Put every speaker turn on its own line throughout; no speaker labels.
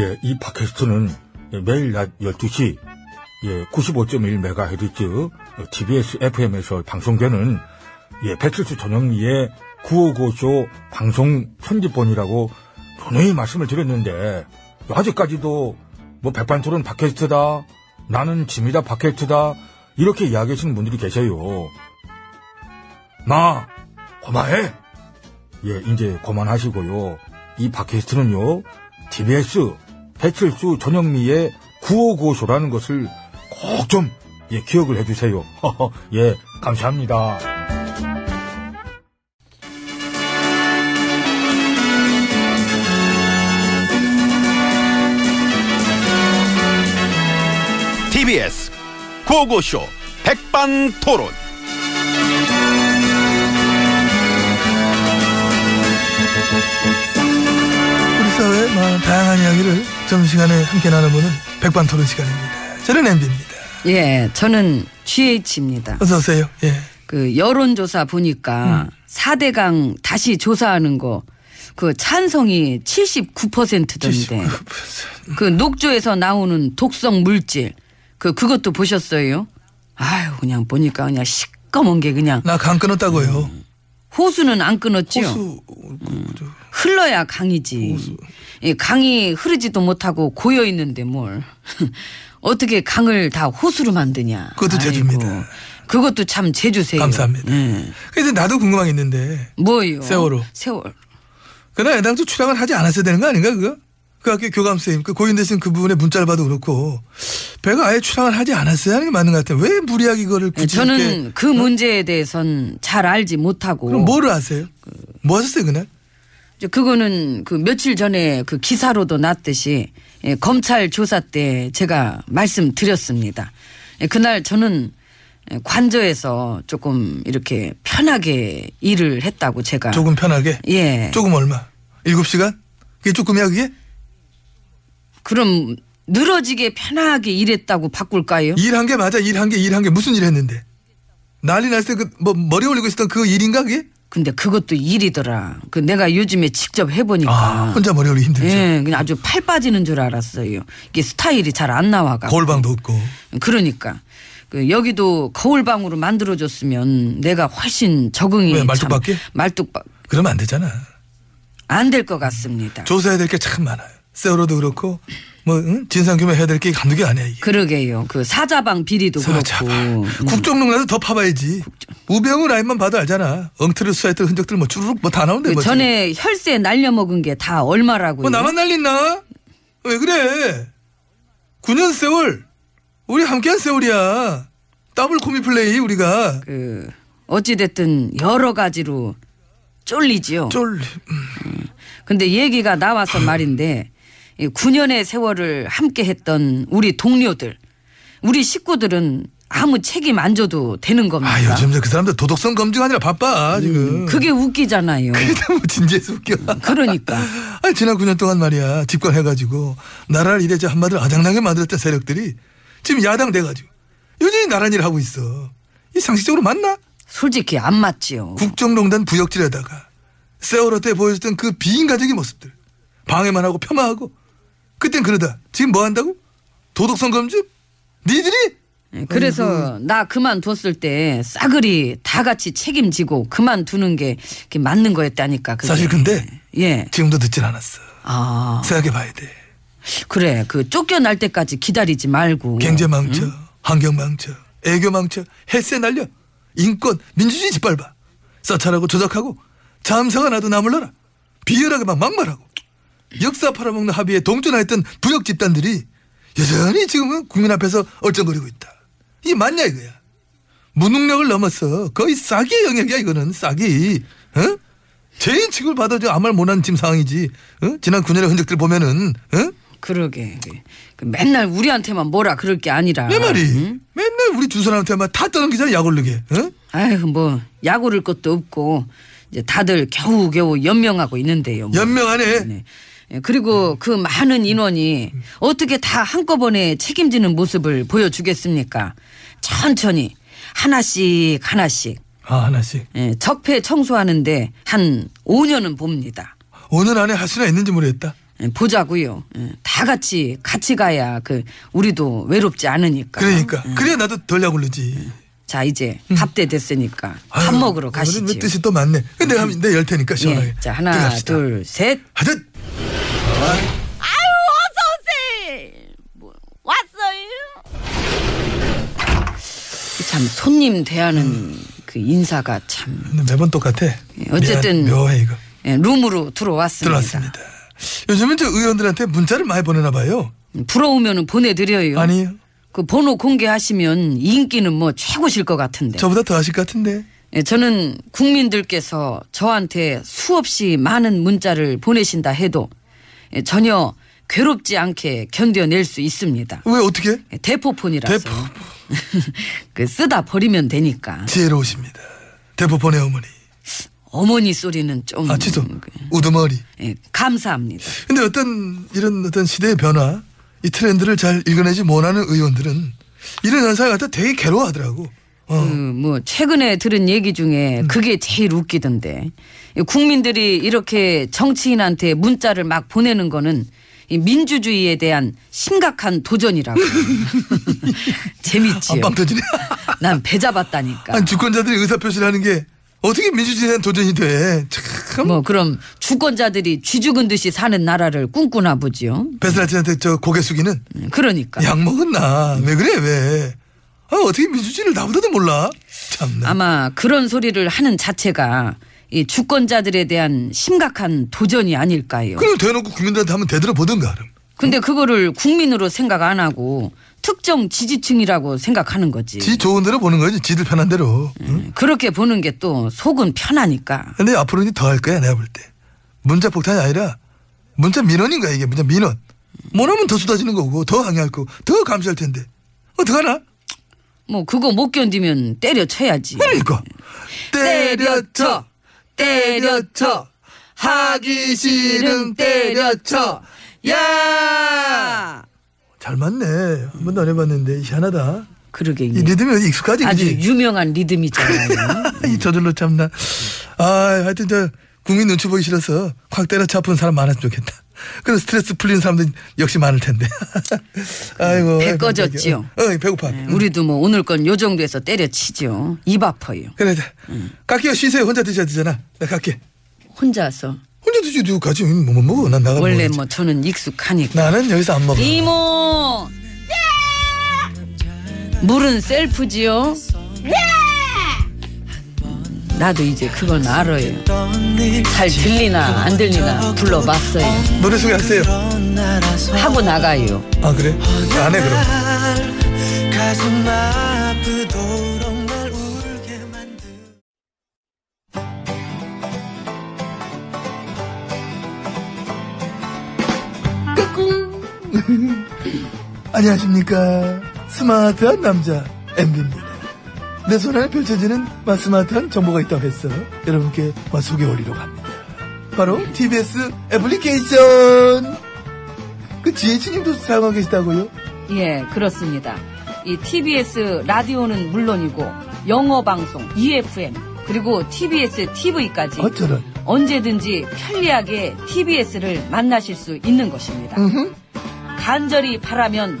예, 이 팟캐스트는 매일 낮 12시 예, 95.1MHz TBS FM에서 방송되는 예, 배칠수 전영미의 955쇼 방송 편집본이라고 분명히 말씀을 드렸는데 아직까지도 뭐 백반토론 팟캐스트다 나는 짐이다 팟캐스트다 이렇게 이야기하시는 분들이 계세요. 마 고마해 예 이제 고만하시고요 이 팟캐스트는요 TBS 배칠수 전영미의 955쇼라는 것을 꼭 좀 예, 기억을 해주세요 예 감사합니다
TBS 고고쇼 백반토론.
우리 사회의 많은 다양한 이야기를 점심시간에 함께 나눠보는 백반토론 시간입니다. 저는 MB입니다.
예, 저는 GH입니다.
어서 오세요. 예.
그 여론조사
음.
보니까 4대강 다시 조사하는 거. 그 찬성이 79%던데
79%.
그 녹조에서 나오는 독성 물질 그 그것도 보셨어요? 아유 그냥 보니까 그냥 시꺼먼 게 그냥
나강 끊었다고요.
음, 호수는 안 끊었지요.
호수 저,
흘러야 강이지. 이 강이 흐르지도 못하고 고여 있는데 뭘 어떻게 강을 다 호수로 만드냐?
그것도
아이고,
제주입니다.
그것도 참 제주세요.
감사합니다.
음.
그래서 나도 궁금한 게 있는데
뭐요?
세월호.
세월.
그날 애당초 출항을 하지 않았어야 되는 거 아닌가 그거? 그 학교 교감 선생님 그 고인 대신 그 부분의 문자를 봐도 그렇고 배가 아예 출항을 하지 않았어야 하는 게 맞는 것 같아요. 왜 무리하게 이거를 굳이 이렇게 어?
저는 그 문제에 대해선 잘 알지 못하고
그럼 뭐를 아세요? 뭐 하셨어요 그날?
이제 그거는 그 며칠 전에 그 기사로도 났듯이 예, 검찰 조사 때 제가 말씀드렸습니다. 예, 그날 저는 예, 관저에서 조금 이렇게 편하게 일을 했다고 제가
조금 편하게
예
조금 얼마? 7시간? 그게 조금이야 그게?
그럼 늘어지게 편하게 일했다고 바꿀까요?
일한 게 맞아 일한 게 일한 게 무슨 일 했는데 난리 날 때 그 뭐 머리 올리고 있었던 그 일인가 그게?
근데 그것도 일이더라. 그 내가 요즘에 직접 해보니까
아, 혼자 머리 올리기 힘들죠
예 그냥 아주 팔 빠지는 줄 알았어요. 이게 스타일이 잘 안 나와가.
거울방도 없고
그러니까 그 여기도 거울방으로 만들어줬으면 내가 훨씬 적응이
왜, 말뚝밖에?
참- 말뚝밖
그러면 안 되잖아
안될 것 같습니다.
조사해야 될 게 참 많아요 세월호도 그렇고 뭐 응? 진상규명 해야 될 게 감독이 아니야 이게
그러게요. 그 사자방 비리도
사자방. 음.
그렇고 음.
국정농단도 더 파봐야지 우병우 라인만 봐도 알잖아 엉터리 수사했던 흔적들 뭐 주르륵 뭐 다 나오는데
그
뭐 지금.
전에 혈세 날려먹은 게 다 얼마라고요?
뭐 나만 날린나? 왜 그래 9년 세월 우리 함께한 세월이야 더블 코미 플레이 우리가
그 어찌 됐든 여러 가지로 쫄리지요.
쫄
근데 얘기가 나와서 말인데 이 9년의 세월을 함께 했던 우리 동료들, 우리 식구들은 아무 책임 안 져도 되는 겁니다.
아 요즘 저그 사람들 도덕성 검증하느라 바빠 지금
음, 그게 웃기잖아요.
그래도 뭐 진지해서 웃겨
그러니까.
아니 지난 9년 동안 말이야 집권해가지고 나라를 이래저 한마디로 아장나게 만들었던 세력들이 지금 야당 돼가지고 여전히 나란 일을 하고 있어 이 상식적으로 맞나?
솔직히 안 맞지요.
국정농단 부역질에다가 세월호 때 보여줬던 그 비인간적인 모습들 방해만 하고 폄하하고 그땐 그러다 지금 뭐 한다고? 도덕성 검증? 니들이?
예, 그래서 나 그만뒀을 때 싸그리 다 같이 책임지고 그만두는 게 그게 맞는 거였다니까. 그게.
사실 근데
예.
지금도 듣진 않았어
아
생각해봐야 돼
그래 그 쫓겨날 때까지 기다리지 말고.
경제 망쳐, 환경 망쳐, 애교 망쳐, 헬스에 날려, 인권, 민주주의 짓밟아, 사찰하고 조작하고, 잠사가 나도 나물러라, 비열하게 막 막말하고, 역사 팔아먹는 합의에 동조나했던 부역 집단들이 여전히 지금은 국민 앞에서 얼쩡거리고 있다. 이게 맞냐 이거야? 무능력을 넘어서 거의 싸기의 영역이야 이거는 싸기. 어? 죄인 취급을 받아도 아무 말 못하는 지금 상황이지. 어? 지난 9년의 흔적들 보면은 어?
그러게. 그, 그 맨날 우리한테만 뭐라 그럴 게 아니라.
내 말이 맨날 우리 두 사람한테만 다 떠넘기잖아 약올르게 응?
아유 뭐 약오를 것도 없고 이제 다들 겨우 겨우 연명하고 있는데요. 뭐.
연명하네
네. 예, 그리고 그 많은 인원이 어떻게 다 한꺼번에 책임지는 모습을 보여주겠습니까? 천천히 하나씩 하나씩
아 하나씩
예, 적폐 청소하는데 한 5년은 봅니다.
오늘 안에 할 수나 있는지 모르겠다
예, 보자고요. 예, 다 같이 같이 가야 그 우리도 외롭지 않으니까.
그러니까 그래야 나도 덜 약올르지.
자 이제 밥때 됐으니까 밥
아유,
먹으러
오늘은 왜
가시죠.
뜻이 또 많네. 근데 내가 하면 내가 열 테니까 시원하게.
예, 자 하나
들어갑시다.
둘 셋.
하듯
참 손님 대하는
음.
그 인사가 참
근데 매번 똑같아.
예, 어쨌든
미안, 묘해 이거.
예, 룸으로 들어왔습니다.
들어왔습니다. 요즘은 저 의원들한테 문자를 많이 보내나 봐요.
부러우면은 보내드려요.
아니요.
그 번호 공개하시면 인기는 뭐 최고실 것 같은데.
저보다 더 하실 것 같은데.
예, 저는 국민들께서 저한테 수없이 많은 문자를 보내신다 해도 예, 전혀 괴롭지 않게 견뎌낼 수 있습니다.
왜 어떻게?
예, 대포폰이라서
대포.
그 쓰다 버리면 되니까
지혜로우십니다. 대포폰의 어머니.
어머니 소리는 좀
아, 취소.
그,
우두머리.
예, 감사합니다.
근데 어떤 이런 어떤 시대의 변화, 이 트렌드를 잘 읽어내지 못하는 의원들은 이런 현상 갖다 되게 괴로워하더라고. 어. 음.
그 뭐 최근에 들은 얘기 중에 그게 제일 웃기던데 이 국민들이 이렇게 정치인한테 문자를 막 보내는 거는 이 민주주의에 대한 심각한 도전이라고 재밌지요. 아.
안빵 터지네.
난 배 잡았다니까.
아니, 주권자들이 의사표시를 하는 게 어떻게 민주주의에 대한 도전이 돼. 참.
뭐 그럼 주권자들이 쥐죽은 듯이 사는 나라를 꿈꾸나 보지요.
베스라치한테 저 고개 숙이는
그러니까
약 먹었나? 왜 그래 왜? 아 어떻게 민주주의를 나보다도 몰라? 참나.
아마 그런 소리를 하는 자체가 이 주권자들에 대한 심각한 도전이 아닐까요.
그럼 대놓고 국민들한테 한번 대들어 보던가 그럼.
근데 그거를 국민으로 생각 안 하고 특정 지지층이라고 생각하는 거지.
지 좋은 대로 보는 거지. 지들 편한 대로.
음.
응?
그렇게 보는 게 또 속은 편하니까.
근데 앞으로는 더 할 거야 내가 볼 때. 문자 폭탄이 아니라 문자 민원인 거야 이게 문자 민원. 뭐하면 더 쏟아지는 거고 더 항의할 거고 더 감시할 텐데 어떡하나?
뭐 그거 못 견디면 때려쳐야지.
그러니까 때려쳐 때려쳐 하기 싫음 때려쳐 야 잘 맞네 한 번도 안 해봤는데 희한하다
그러게
이
이게
리듬이 어디 익숙하지
예. 아주
그지
유명한 리듬이잖아요.
음. 이 저절로 참나 아 하여튼 저 국민 눈치 보기 싫어서 확 때려쳐 아픈 사람 많았으면 좋겠다 그래서 스트레스 풀리는 사람들 역시 많을 텐데 아이고
음, 배 꺼졌지요.
어, 어, 배고파
우리도 뭐 오늘 건 요 정도에서 때려치죠. 입 아파요.
그래 자,
음.
깎여 쉬세요 혼자 드셔야 되잖아 나 갈게
혼자서
혼자 드지 누구 가지 못 뭐, 먹어 난 나가
원래
먹어야지.
뭐 저는 익숙하니까.
나는 여기서 안 먹어
이모. 물은 셀프지요. 나도 이제 그건 알아요. 잘 들리나 안 들리나 불러봤어요.
노래 소개하세요
하고 나가요.
아 그래 안 해 그럼
가슴 아프도록 날 울게 만든
안녕하십니까 스마트한 남자 MB입니다 내 손안에 펼쳐지는 마, 스마트한 정보가 있다고 해서 여러분께 마, 소개해드리려고 합니다 바로 TBS 애플리케이션 그 지혜진님도 사용하고 계시다고요?
예, 그렇습니다. 이 TBS 라디오는 물론이고 영어 방송 EFM 그리고 TBS TV까지
어쩌면
언제든지 편리하게 TBS를 만나실 수 있는 것입니다. 간절히 바라면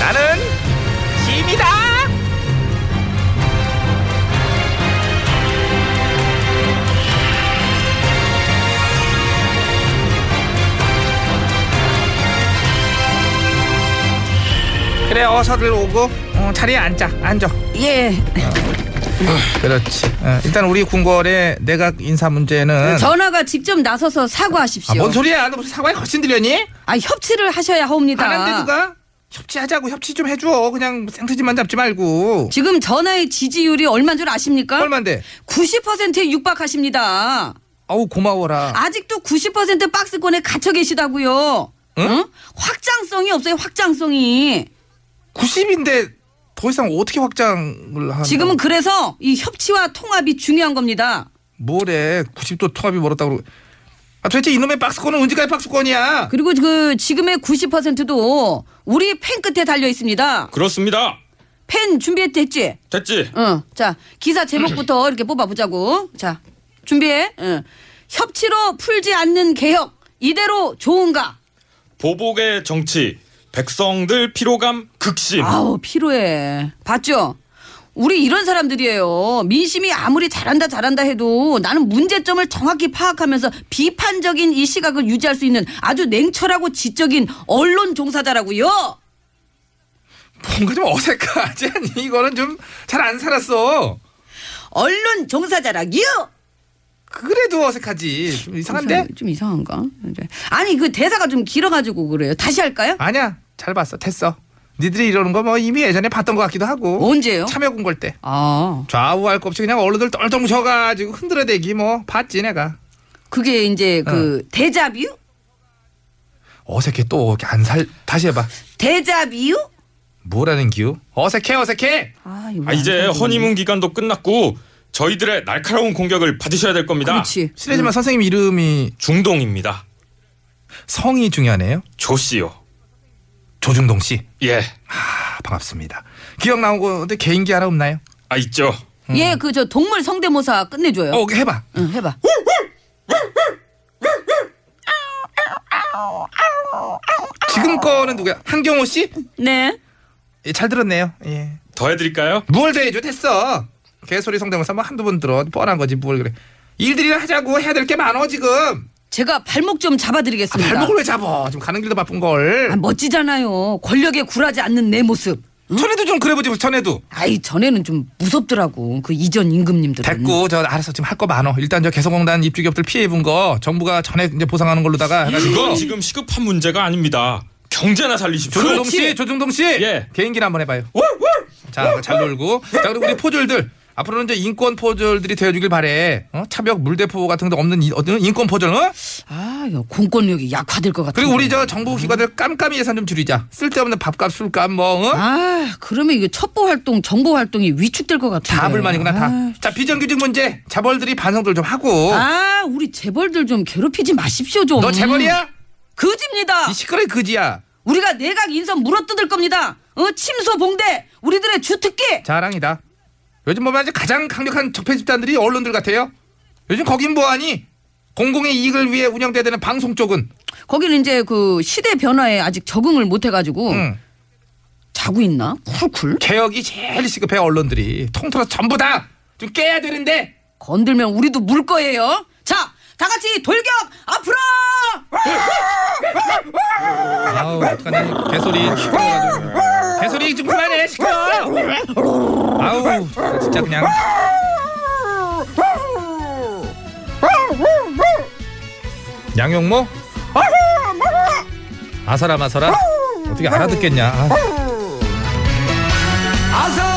나는 짐이다. 그래 어서들 오고 어, 자리에 앉자 앉아
예,
그렇지. 어, 일단 우리 궁궐의 내각 인사
네,
문제는
전화가 직접 나서서 사과하십시오.
아, 뭔 소리야? 너 무슨 사과에 거친 들렸니?
아, 협치를 하셔야 합니다.
하는데 누가? 협치하자고 협치 좀 해줘. 그냥 생트지만 잡지 말고.
지금 전화의 지지율이 얼마인 줄 아십니까?
얼만데?
90%에 육박하십니다.
아우 고마워라.
아직도 90% 박스권에 갇혀 계시다고요.
응?
응? 확장성이 없어요. 확장성이.
90인데 더 이상 어떻게 확장을 하는?
지금은 그 그래서 이 협치와 통합이 중요한 겁니다.
뭐래? 90도 통합이 멀었다 그러고. 아 도대체 이놈의 박스권은 언제까지 박스권이야?
그리고 그 지금의 90%도 우리 팬 끝에 달려 있습니다.
그렇습니다.
팬 준비했지?
됐지?
응. 자, 기사 제목부터 이렇게 뽑아보자고. 자, 준비해. 응. 협치로 풀지 않는 개혁. 이대로 좋은가?
보복의 정치, 백성들 피로감
예.
극심.
아우, 피로해. 봤죠? 우리 이런 사람들이에요. 민심이 아무리 잘한다 잘한다 해도 나는 문제점을 정확히 파악하면서 비판적인 이 시각을 유지할 수 있는 아주 냉철하고 지적인 언론 종사자라고요.
뭔가 좀 어색하지 않니? 이거는 좀 잘 안 살았어.
언론 종사자라기요.
그래도 어색하지. 좀 이상한데?
좀 이상한가? 네. 아니 그 대사가 좀 길어가지고 그래요. 다시 할까요?
아니야. 잘 봤어. 됐어. 니들이 이러는 거 뭐 이미 예전에 봤던 것 같기도 하고.
언제요?
참여 공걸 때.
아
좌우할 것 없이 그냥 얼른들 똘똘 뭉쳐가지고 흔들어대기 뭐 봤지 내가.
그게 이제 그
어.
대자뷰?
어색해 또 안 살. 다시 해봐.
대자뷰?
뭐라는 기우? 어색해 어색해.
아, 이거
아, 이제 허니문 기간도 끝났고 저희들의 날카로운 공격을 받으셔야 될 겁니다.
그렇지.
실례지만 선생님 이름이
중동입니다.
성이 중요하네요.
조 씨요.
조중동 씨.
예.
아, 반갑습니다. 기억 나온 건데 개인기 하나 없나요?
아 있죠.
예, 그 저 동물 성대모사 끝내줘요.
어, 해봐.
응, 해봐.
지금 거는 누구야? 한경호 씨?
네.
예, 잘 들었네요. 예.
더 해드릴까요?
뭘 대해줘 됐어. 개소리 성대모사 뭐 한두 번 들어 뻔한 거지 뭘 그래. 일들이나 하자고 해야 될 게 많어 지금.
제가 발목 좀 잡아드리겠습니다.
발목을 왜 잡어? 지금 가는 길도 바쁜 걸.
아, 멋지잖아요. 권력에 굴하지 않는 내 모습.
전에도 좀 그래보지 전에도.
아이 전에는 좀 무섭더라고. 그 이전 임금님들은.
됐고 저 알아서 지금 할 거 많어. 일단 저 개성공단 입주기업들 피해 입은 거 정부가 전에 이제 보상하는 걸로다가
예.
해가지고.
그건 지금 시급한 문제가 아닙니다. 경제나 살리십시오.
조중동 씨, 조중동 씨,
예.
개인기를 한번 해봐요. 자, 잘 놀고. 자, 그리고 우리 포졸들. 앞으로는 이제 인권 포졸들이 되어주길 바래. 어? 차벽, 물대포 같은 데 없는 이- 어떤 인권 포졸. 어?
아, 이거 공권력이 약화될 것 같아.
그리고 우리 저 정부 기관들 깜깜이 예산 좀 줄이자. 쓸데없는 밥값, 술값 뭐. 어?
아, 그러면 이게 첩보 활동, 정보 활동이 위축될 것 같아.
다 불만이구나 다. 자, 비정규직 문제. 자벌들이 반성들 좀 하고.
아, 우리 재벌들 좀 괴롭히지 마십시오 좀. 아.
너 재벌이야?
거짓입니다.
이 시끄러운 그지야.
우리가 내각 인선 물어뜯을 겁니다. 어, 침소 봉대, 우리들의 주특기.
자랑이다. 요즘 보면 아주 가장 강력한 적폐 집단들이 언론들 같아요. 요즘 거긴 뭐하니? 공공의 이익을 위해 운영돼야 되는 방송 쪽은
거기는 이제 그 시대 변화에 아직 적응을 못 해가지고
응.
자고 있나? 쿨쿨.
개혁이 제일 시급해 언론들이 통틀어서 전부 다 좀 깨야 되는데
건들면 우리도 물 거예요. 자, 다 같이 돌격 앞으로.
아우 어떡하냐 개소리 시끄러워가지고 개소리 좀 그만해 시끄러워 아우 진짜 그냥 양용모 아사라 마사라 어떻게 알아듣겠냐 아.
아사